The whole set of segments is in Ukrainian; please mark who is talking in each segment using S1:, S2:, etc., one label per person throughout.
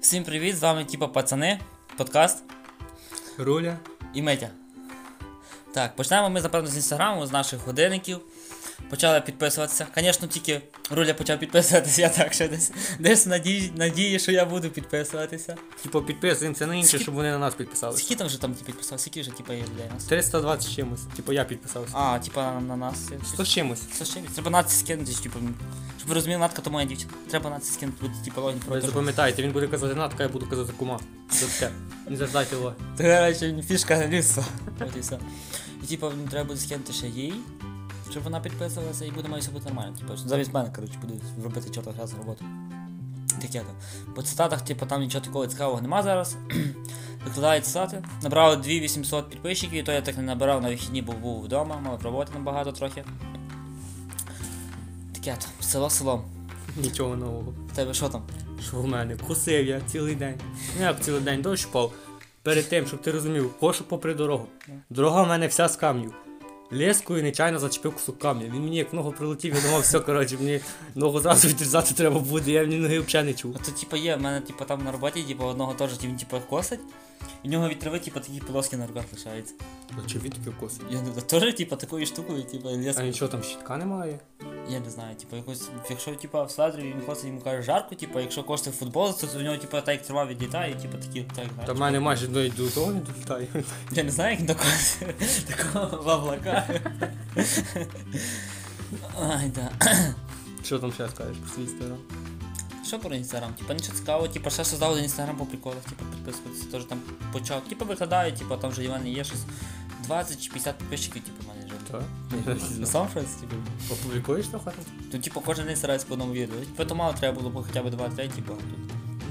S1: Всім привіт! З вами типа пацани, подкаст
S2: Руля.
S1: і Митя. Так, почнемо ми, напевно, з інстаграму, з наших годинників. Почали підписуватися. Звісно, тільки Руля почав підписуватися, я так ще десь, десь надії, надії, що я буду підписуватися.
S2: Типу підписуємося на інші, щоб вони на нас підписалися.
S1: Скільки там вже там ті підписалися? Скільки вже типа є людей у нас?
S2: 320 з чимось. Типу я підписався.
S1: А, типа на, на нас. є щось.
S2: 100 з чимось.
S1: Це ще треба націю скинути, типу. Щоб ви розуміли, натка то моя дівчина. Треба націю скинути, буде типу, типа логін
S2: Ви
S1: проти.
S2: запам'ятаєте, він буде казати натка, я буду казати кума. Це все. Не завдайте його.
S1: Ти речі фішка лісу. От і все. І типу ну, треба буде скинути ще їй, щоб вона підписувалася і буде має все бути нормально. Типу, що замість мене, коротше, буде робити чорта грязну роботу. Таке то. По цитатах, типу, там нічого такого цікавого нема зараз. Викладаю цитати. Набрав 2800 підписчиків, і то я так не набирав на вихідні, бо був вдома, мав роботи набагато трохи. Таке то. Село селом.
S2: Нічого нового.
S1: В тебе що там?
S2: Що в мене? Кусив я цілий день. Ну як цілий день дощ пав. Перед тим, щоб ти розумів, кошу попри дорогу. Дорога в мене вся з камнів. Лескою нечайно зачепив кусок камня. Він мені як в ногу прилетів, я думав, все, коротше, мені ногу зразу відрізати треба буде, я мені ноги взагалі не чув.
S1: А то типа Ну, типу, є, в мене типа там на роботі, типа одного теж типу, він типа косить. І в нього від трави, типа, такі полоски на руках лишаються.
S2: Чи він таки косить?
S1: Я не знаю, теж типа такою штукою, типа лес.
S2: А нічого там щітка немає.
S1: Я не знаю, типа якось, якщо типа в садрі він косить, йому каже жарко, типа, якщо кошти в футбол, то у нього типа так трава відлітає, типа такі так. знаєш.
S2: Та в мене майже до до того не долітає.
S1: Я не знаю, як до такого в облака. Ай, да.
S2: Що там ще скажеш про свій інстаграм?
S1: Що про інстаграм? Типа нічого цікавого, типа ще щось дав один інстаграм по приколах, типа підписуватися, теж там почав. Типа викладаю, типа там вже в мене є щось 20 чи 50 підписчиків, типу, в мене вже.
S2: Та?
S1: Ну, Сам щось, типу.
S2: Опублікуєш на хату?
S1: Ну, типу, кожен день стараюсь по одному відео. Типу, то мало треба було б хоча б 2-3, типу.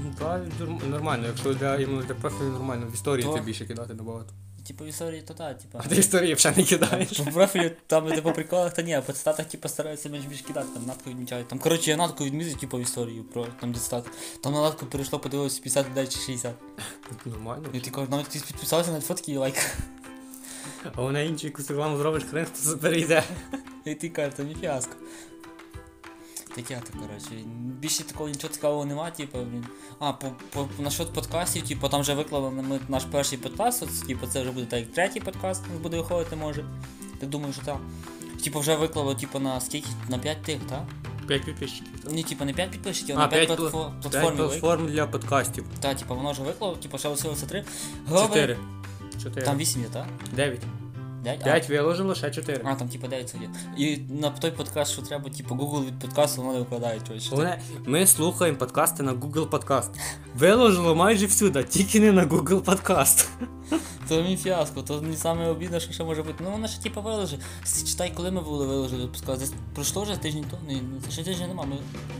S2: Ну, Та дурм- нормально, якщо для іменно для профілю нормально, в історії
S1: То.
S2: ти більше кидати набагато.
S1: Типу, в історії то так, типу.
S2: А ти історії взагалі не кидаєш.
S1: По профілю там іде по приколах, та ні, а по цитатах типу, стараюся менш більш кидати, там натку відмічають. Там, коротше, я натку відмізив, типу, в історії про там де цитати. Там на натку перейшло, подивилося 50 людей чи 60.
S2: Нормально.
S1: І ти кажеш, навіть ти підписався на фотки і лайк.
S2: А вона інші якусь рекламу зробиш, хрен хто перейде.
S1: І ти кажеш, то не фіаско. Таке то, коротше. Більше такого нічого цікавого нема, типу, блін. А, по, по, насчет подкастів, типу, там вже виклали ми наш перший подкаст, от, типу, це вже буде так, як третій подкаст у нас буде виходити, може. Ти думаю, що так. Типу, вже виклали, типу, на скільки? На 5 тих, так?
S2: П'ять підписчиків.
S1: Ні, типу, не 5 підписчиків, а
S2: А,
S1: на 5
S2: п'ять пла-
S1: платформ.
S2: П'ять
S1: платформів.
S2: платформ для подкастів.
S1: Так, типу, воно вже виклало, типу, ще лишилося 3.
S2: Чотири.
S1: Там
S2: Чотири.
S1: 8 є, так?
S2: Дев'ять.
S1: 5?
S2: П'ять виложило, ще чотири.
S1: А, там типу 9 є. І на той подкаст, що треба, типу, Google від подкасту, воно не викладає, чогось.
S2: Головне, ми слухаємо подкасти на Google Podcast. Виложило майже всюди, тільки не на Google Podcast.
S1: То мій фіаско, то не саме обідне, що ще може бути. Ну вона ще типу вилежи. Читай, коли ми були вилежили, пускай. Десь пройшло вже тиждень то. Ні, ну, це ще тижня нема. Ми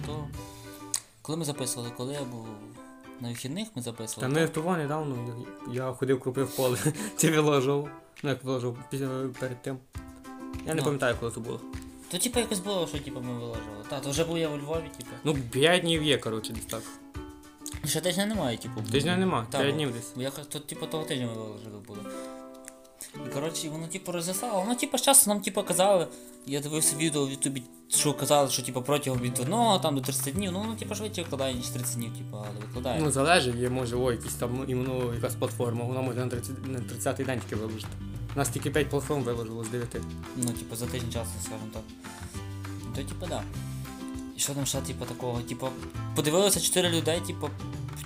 S1: то. Коли ми записували, коли я був на вихідних, ми
S2: Та
S1: записували.
S2: ми того недавно я- я ходив купив поле. Ти виложив. Ну як виложив після- перед тим. Я не
S1: Ну.
S2: пам'ятаю, коли це було.
S1: То типу якось було, що типу ми вилежили. Та, то вже був я у Львові, типу.
S2: Ну, 5 днів є, коротше, десь так.
S1: Ще тижня немає, типу.
S2: Тижня нема,
S1: Та,
S2: 5 днів десь.
S1: Бо я тут, типу, того тижня ми виложили було. І коротше, воно типу розіслало, воно типу з часу нам типу казали, я дивився відео в Ютубі, що казали, що типу протягом від 1 там до 30 днів, ну воно типу швидше викладає, ніж 30 днів, типу, але викладає.
S2: Ну, залежить, є може, о, якісь там іменно якась платформа, вона може на 30 на 30-й день тільки виложити. У нас тільки 5 платформ виложило з 9.
S1: Ну, типу, за тиждень часу, скажімо так. То типу, да. І що там ще, типу, такого? Типу, подивилося 4 людей, типу,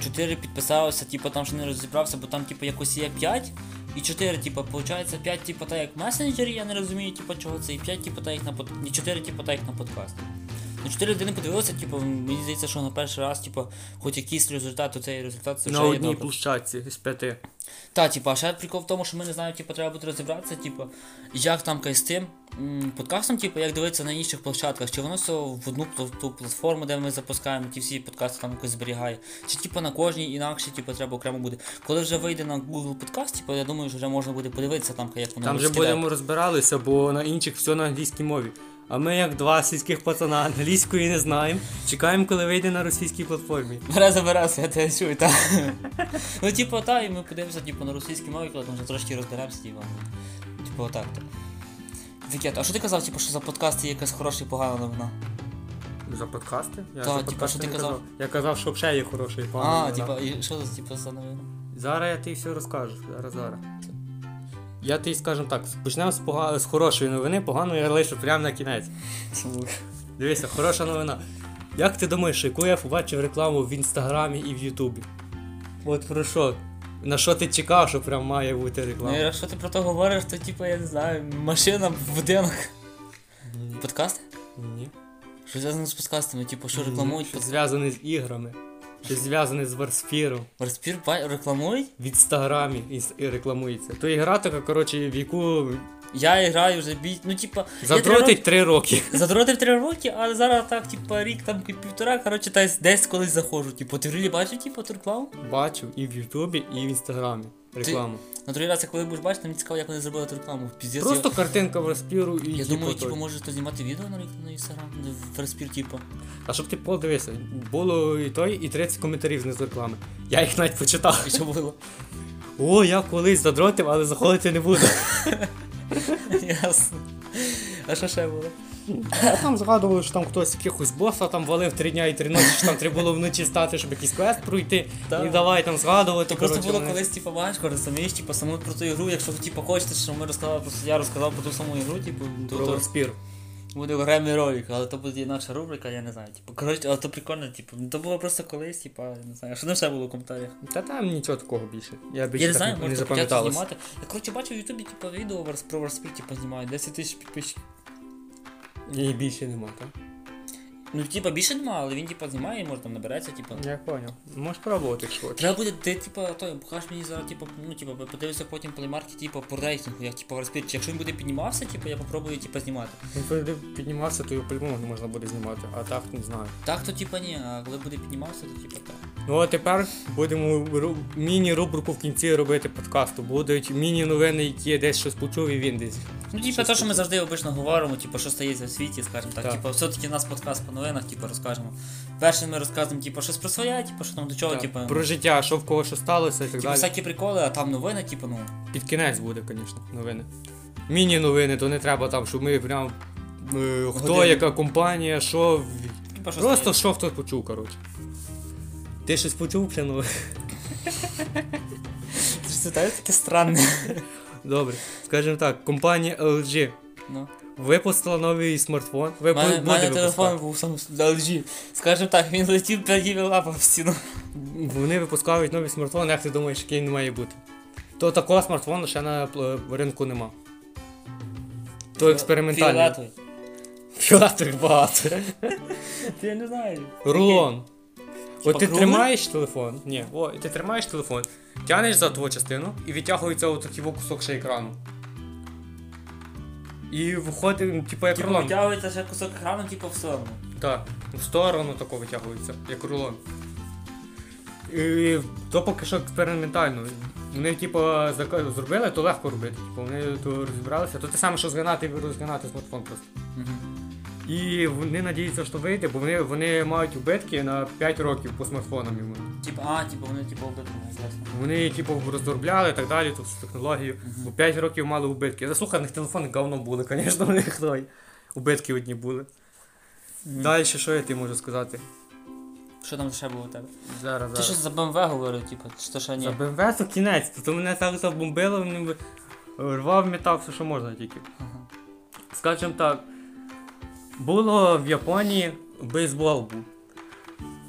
S1: 4 підписалися, типу, там ще не розібрався, бо там, типу, якось є 5 і 4, типу, виходить 5, типу, так як в месенджері, я не розумію, типу, чого це, і 5, типу, так як на под... і 4, типу, так як на подкаст. Ну, 4 людини подивилися, типу, мені здається, що на перший раз, типу, хоч якийсь результат, то цей результат це вже
S2: На
S1: є
S2: одній
S1: добре.
S2: площадці з 5.
S1: Та, типа, а ще прикол в тому, що ми не знаємо, типу, треба буде розібратися, типу, як там кай з тим м, подкастом, типу, як дивитися на інших площадках, чи воно все в одну пла- ту платформу, де ми запускаємо, ті всі подкасти там якось зберігає. Чи типу на кожній інакше, типу, треба окремо буде. Коли вже вийде на Google подкаст, типу, я думаю, що вже можна буде подивитися там, кай, як воно
S2: Там вже
S1: розкидає.
S2: будемо розбиралися, бо на інших все на англійській мові. А ми, як два сільських пацана, англійської не знаємо. Чекаємо, коли вийде на російській платформі.
S1: Береза, береза, я тебе чую, так. ну, типу, та, і ми подивимося, типу, на російській мові, коли там вже трошки розберемося, типу. Типу, отак. то. Таке, а що ти казав, типу, що за подкасти є якась хороша і погана новина?
S2: За подкасти? Я
S1: Та,
S2: за
S1: типа,
S2: подкасти
S1: що ти
S2: не
S1: казав?
S2: Я казав, що взагалі є хороший план.
S1: А,
S2: Да.
S1: типа, і що за типа за новина?
S2: Зараз я тобі все розкажу. Зараз, зараз. Я тобі скажу так, почнемо з, пога... з хорошої новини, погану я лишу прямо на кінець. Дивися, хороша новина. Як ти думаєш, яку я побачив рекламу в інстаграмі і в Ютубі? От про що? На що ти чекав, що прям має бути
S1: Ну,
S2: реклама?
S1: якщо ти про то говориш, то типа, я не знаю, машина в будинок.
S2: Ні.
S1: Подкасти?
S2: Ні.
S1: Що зв'язано з подкастами? Типу,
S2: Ну,
S1: що рекламують?
S2: Щось
S1: Под...
S2: зв'язане з іграми, щось зв'язане з Варсфіром.
S1: Розпір ба- рекламують?
S2: В інстаграмі інс- і рекламується. То ігра така, коротше, в яку
S1: Я граю вже бій. Ну, типа, я три
S2: задротить три роки.
S1: роки- Задротив три роки, але зараз так, типа, рік там і півтора, коротше, та й десь колись заходжу. Типу, ти really бачив, типу, ту рекламу?
S2: Бачив і в Ютубі, і в інстаграмі рекламу.
S1: На другий раз, коли будеш бачити, мені цікаво, як вони зробили ту рекламу. Піздець,
S2: Просто картинка в розпіру і
S1: я, я
S2: типу,
S1: думаю,
S2: той.
S1: типу, може хтось знімати відео на рік- на інстаграм, в розпір, типу.
S2: А щоб ти подивився, було і той, і 30 коментарів знизу реклами. Я їх навіть почитав.
S1: І що було?
S2: О, я колись задротив, але заходити не буду.
S1: Ясно. А що ще було?
S2: А там згадували, що там хтось якихось боса там валив три дня і три ночі, що там треба було вночі стати, щоб якийсь квест пройти.
S1: Так.
S2: І давай там згадувати.
S1: То просто
S2: коротше, ну,
S1: було
S2: вони-
S1: колись типу, важко, розумієш, типу, саму про ту ігру, якщо ви типу, хочете, що ми розказали, просто я розказав про ту саму ігру, типу, то,
S2: Про
S1: то
S2: розпір.
S1: буде окремий ролик, але то буде наша рубрика, я не знаю. Типу, коротше, але то прикольно, типу, ну, то було просто колись, типу, я не знаю, що там ще було в коментарях.
S2: Та там нічого такого більше. Я більше
S1: Я не
S2: так
S1: знаю, може
S2: не
S1: то почати
S2: запам'яталось.
S1: знімати. Я коротше бачу в Ютубі, типу, відео варс- про Варспіль, типу, знімають, 10 тисяч підписчиків.
S2: Її більше нема, так?
S1: Ну, типу, більше нема, але він, типу, знімає, і може там набереться, типу.
S2: Я поняв. Можеш пробувати, якщо хочеш.
S1: Треба буде, ти, типу, той, покажеш мені зараз, типу, ну, типу, подивися потім плеймарки, типу, по рейтингу, як, типу, Варспіль. Якщо він буде піднімався, типу, я попробую, типу, знімати.
S2: Він піднімався, то його по-любому не можна буде знімати, а так не знаю.
S1: Так, то типа ні, а коли буде піднімався, то типа так.
S2: Ну а тепер будемо ру- міні-рубрику в кінці робити подкасту. Будуть міні-новини, які я десь щось почув і він десь.
S1: Ну, типа, те, що ми завжди обично говоримо, типу, що стається в світі, скажімо так.
S2: Так.
S1: Типа, все-таки у нас подкаст по новинах, типу, розкажемо. Перше ми розказуємо, типу, щось про своє, типу, що там до чого,
S2: Так,
S1: типу,
S2: Про життя, що в кого що сталося і так
S1: типу,
S2: далі.
S1: всякі приколи, а там новини, типу, ну.
S2: Під кінець буде, звісно, новини. Міні-новини, то не треба там, щоб ми прям. е, Хто,
S1: Годину.
S2: яка компанія, що. в-
S1: Типа, типу, що
S2: Просто що хтось почув, коротше. Ти щось почув, ну? ще нове?
S1: це таке странне.
S2: Добре. Скажімо так, компанія LG
S1: Ну.
S2: випустила новий смартфон. Ви
S1: У мене,
S2: бу-
S1: в
S2: буде
S1: мене телефон був сам з LG. Скажімо так, він летів прядів лапа в стіну.
S2: Вони випускають нові смартфони, як ти думаєш, який він має бути. То такого смартфону ще на пл- ринку нема. То експериментальний.
S1: Фіолетовий.
S2: Фіолетових багато.
S1: Та Я не знаю.
S2: Рулон. От ти
S1: круглий?
S2: тримаєш телефон? Ні. О, і ти тримаєш телефон, тянеш за твою частину і відтягується отакий кусок ще екрану. І виходить, ну, типу, як
S1: Типу,
S2: рулон.
S1: витягується ще кусок екрану, типу, в сторону.
S2: Так, в сторону тако витягується, як рулон. І то поки що експериментально. Вони, типу, зака- зробили, то легко робити. Типу, вони то розібралися. То те саме, що згинати і розгинати смартфон просто.
S1: Мгм.
S2: І вони надіються, що вийде, бо вони, вони мають убитки на 5 років по смартфонам. йому.
S1: Типу, а, типу, вони типу обидві, ясно.
S2: Вони, типу, розробляли і так далі, тут всю технологію. Бо 5 років мали убитки. Заслухав, в них телефони говно були, звісно, у них той. Убитки одні були. Далі, що я ти можу сказати?
S1: Що там ще було у тебе?
S2: Зараз,
S1: Ти щось за BMW говорив, типу, чи то ще
S2: За
S1: ні?
S2: БМВ то кінець, то мене так забомбило, він би рвав метав все, що можна тільки.
S1: Ага.
S2: Скажем так, було в Японії бейсбол був.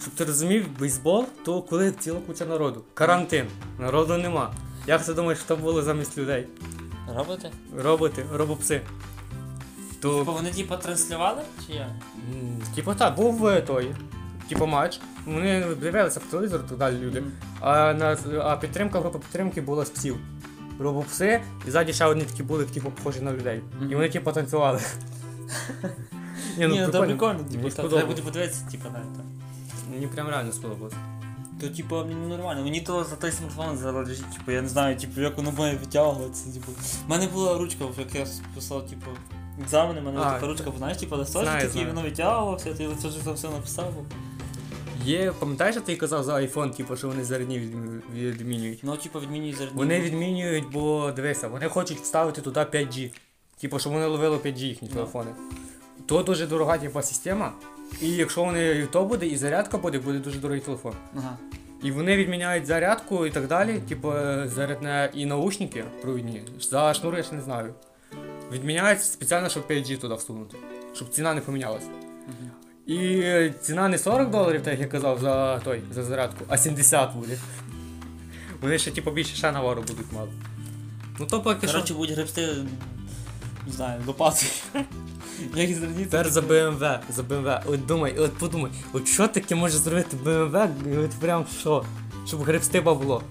S2: Щоб ти розумів, бейсбол, то коли ціла куча народу. Карантин. Народу нема. Як ти думаєш, що було замість людей?
S1: Робите?
S2: Роботи, робопси.
S1: Типу
S2: То,
S1: вони типу транслювали? Чи як?
S2: м, типу, так, був е, той. Типу матч. Вони дивилися по телевізору і так далі люди.
S1: Мгм.
S2: А, на, а підтримка, група підтримки була з псів. Робу пси, і ззаді ще одні такі були, типу, похожі на людей.
S1: Мгм.
S2: І вони типу танцювали. Ні,
S1: Ні, ну то прикольно,
S2: Мені
S1: типу, та- треба
S2: сподобалось.
S1: буде подивитися, типу, навіть так.
S2: Мені прям реально сподобалось.
S1: То типу мені нормально, мені то за той смартфон залежить, типу, я не знаю, типу, як воно має витягуватися, типу. У мене була ручка, в як я писав, типу, екзамени, в мене
S2: А,
S1: така ручка, знаєш, типу, листочок
S2: знаю,
S1: такий,
S2: знаю.
S1: воно витягувалося, ти це ж там все написав.
S2: Є, пам'ятаєш, ти казав за iPhone, типу, що вони зарядні відмінюють?
S1: Ну, типу, відмінюю зарядні.
S2: Вони відмінюють, бо дивися, вони хочуть вставити туди 5G. Типу, щоб вони ловили 5G їхні
S1: Ну.
S2: телефони. То дуже дорога, типу, система. І якщо вони і то буде, і зарядка буде, буде дуже дорогий телефон.
S1: Ага.
S2: І вони відміняють зарядку і так далі, типу е, зарядне і наушники провідні. За шнури я ще не знаю. Відміняють спеціально, щоб 5G туди всунути, щоб ціна не помінялася.
S1: Мгм.
S2: І е, ціна не 40 доларів, так як я казав, за той за зарядку, а 70 буде. Вони ще типу більше ще навару будуть мати. Ну то поки що.
S1: Коротше, будь гребсти, не знаю, лопати. Як їх зрадіти?
S2: Тепер за BMW, за BMW. От думай, от подумай, от що таке може зробити BMW, от прям що? Щоб гребсти бабло.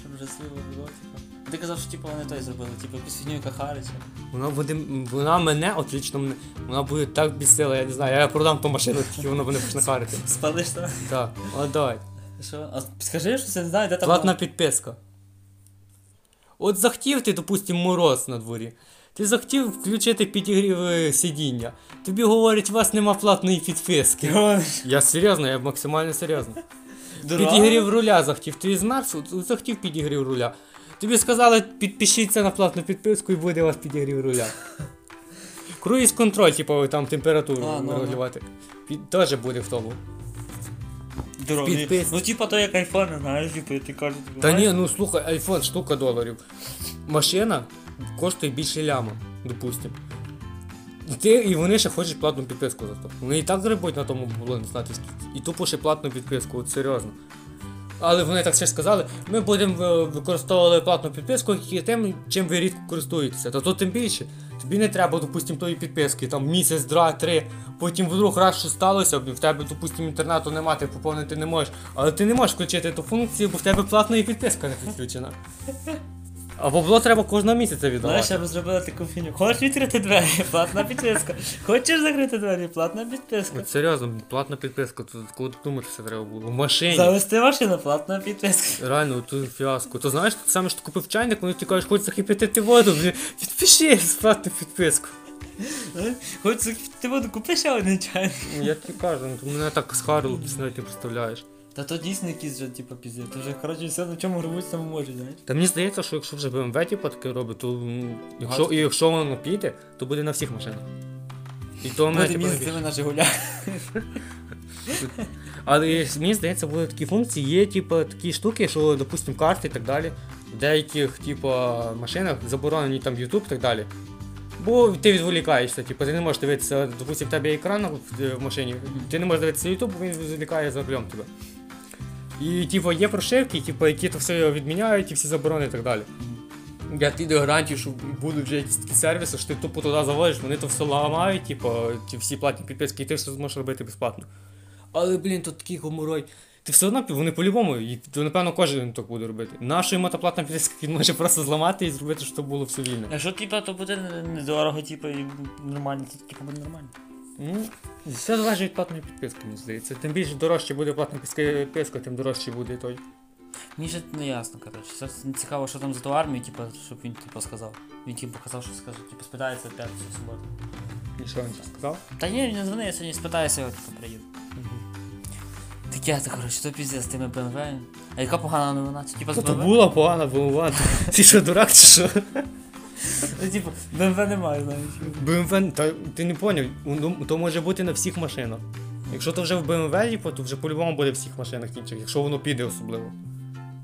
S1: Щоб жахливо було, типу. Ти казав, що типу вони той зробили, типу, якусь фігню типу. кахариця.
S2: Вона буде. Вона мене, от лічно мене, вона буде так бісила, я не знаю, я продам ту машину, тільки вона мене почне харити.
S1: Спалиш там.
S2: Так, от давай.
S1: Що? А скажи, що це не знаю, де там.
S2: Платна підписка. От захотів ти, допустим, мороз на дворі. Ти захотів включити підігрів е, сидіння. Тобі говорять, у вас нема платної підписки. Я серйозно, я максимально серйозно. Підігрів руля захотів. Ти змерз, от- от захотів підігрів руля. Тобі сказали, підпишіться на платну підписку і буде у вас підігрів руля. Круїз контроль, типу, ви там температуру
S1: А, ну, ну.
S2: регулювати. Під- Теж буде в тому.
S1: Дорогі.
S2: підпис-
S1: Ну, типа, то як айфон, знаєш, типу, ти кажеш, типу,
S2: Та
S1: знаєш,
S2: ні, ну слухай, айфон штука доларів. Машина коштує більше ляма, допустим. І, ти, і вони ще хочуть платну підписку за то. Вони і так грибуть на тому було не знати скільки. І тупо ще платну підписку, от серйозно. Але вони так ще сказали, ми будемо е, використовувати платну підписку тільки тим, чим ви рідко користуєтеся. Та то тим більше. Тобі не треба, допустим, тої підписки, там місяць, два, три, потім вдруг раз що сталося, в тебе, допустим, інтернету немає, ти поповнити не можеш. Але ти не можеш включити ту функцію, бо в тебе платна і підписка не підключена. А бабло треба кожного місяця віддавати.
S1: Знаєш, я розробила таку фігню. Хочеш відкрити двері, платна підписка. Хочеш закрити двері, платна підписка.
S2: От серйозно, платна підписка, тут куди думати все треба було. В машині.
S1: Завести машину, платна підписка.
S2: Реально, тут фіаско. То знаєш, ти саме що ти купив чайник, вони ти кажуть, хоч закип'ятити воду, блін, підпиши платну підписку.
S1: Хоч ти воду купи ще один чайник.
S2: Ну, Я тобі кажу, ну, ти мене так схарило, ти навіть не представляєш.
S1: Та то дійсно якийсь вже, типу, пізде. То вже, коротше, все на чому рвуть, там може, знаєш.
S2: Та мені здається, що якщо вже BMW типу, таке робить, то м, якщо,
S1: Гадко.
S2: і якщо воно піде, то буде на всіх машинах. І то мене
S1: Буде
S2: типу,
S1: місце
S2: найбільше.
S1: на Жигулях.
S2: Але мені здається, були такі функції, є типу, такі штуки, що, допустимо, карти і так далі. В деяких, типу, машинах заборонені там YouTube і так далі. Бо ти відволікаєшся, типу, ти не можеш дивитися, допустимо, в тебе є екран в, е, в машині, ти не можеш дивитися YouTube, бо він відволікає за рулем тебе. І типу, є прошивки, типу, які то все відміняють і всі заборони і так далі. Я ти даю гарантію, що будуть вже якісь такі сервіси, що ти тупо туди заводиш, вони то все ламають, типу, ті всі платні підписки, і ти все зможеш робити безплатно. Але блін, тут такий гоморой. Ти все одно вони по-любому, і то, напевно кожен так буде робити. Нашу йому та платна підписка він може просто зламати і зробити, щоб то було все вільне.
S1: Якщо, типу, то буде недорого, типу, і нормально, то типу буде нормально.
S2: Ну, все залежить від платної підписки, мені здається. Тим більше дорожче буде платна підписка- підписка, тим дорожче буде той.
S1: Мені ще не ясно, коротше. Все ж не цікаво, що там за ту армію, типу, щоб він типу сказав. Він типу казав, що скаже, типу, спитається в п'ятницю в суботу.
S2: І що він там сказав?
S1: Та ні, він не дзвони, я сьогодні спитаюся, от типу, приїду. Так я то, коротше, то піздець з тими BMW. А яка погана новина? Це типу з
S2: Та Ну, то
S1: BMW?
S2: була погана бомба. Ти що, дурак чи що?
S1: Ну, Типу, BMW немає, навіть.
S2: BMW, та ти не поняв, ну, то може бути на всіх машинах. Якщо то вже в BMW, типу, то вже по-любому буде в всіх машинах інших, якщо воно піде особливо.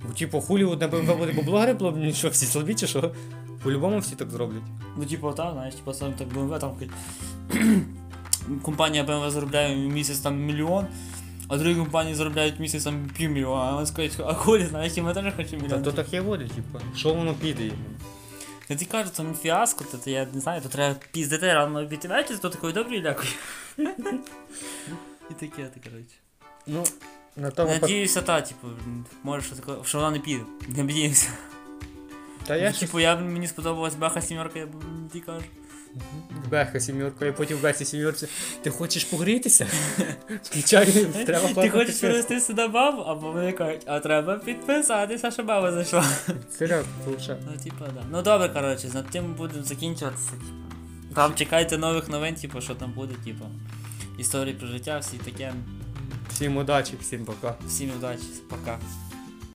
S2: Бо типу хулі одне BMW буде бабло грибло, ну що, всі слабі чи що? По-любому всі так зроблять.
S1: Ну, типу, там, знаєш, типу, сам так BMW, там хоч- компанія BMW заробляє в місяць там мільйон, а другі компанії заробляють в місяць там півмільйона. А вони скажуть, а хулі, знаєш, і ми теж хочемо
S2: Та
S1: мільйон.
S2: ну то так і буде, типу. Що воно піде йому?
S1: Я тобі кажу, там фіаско, то, то я не знаю, то треба піздити рано обітівечі, то такої добрі лякою. І таке, ти коротше.
S2: Ну, на тому пак-
S1: Надіюся, та, типу, м, може, що таке, що вона не піде. Не надіюся.
S2: Та я щось
S1: Типу, я б- мені сподобалась баха сімерка, я б м, ті кажу.
S2: беха сім'юркою, потім в бесі сім'юрці. Ти хочеш погрітися? Включай, треба
S1: Ти
S2: платити.
S1: хочеш
S2: підписку.
S1: привести сюди бабу, або вони кажуть, а треба підписатися, що баба зайшла.
S2: Серйозно, слушай.
S1: Ну, типу, да. Ну добре, коротше, над тим будемо закінчуватися. типу. Там чекайте нових новин, типу, що там буде, типу. Історії про життя, всі таке.
S2: Всім удачі, всім пока.
S1: Всім удачі, пока.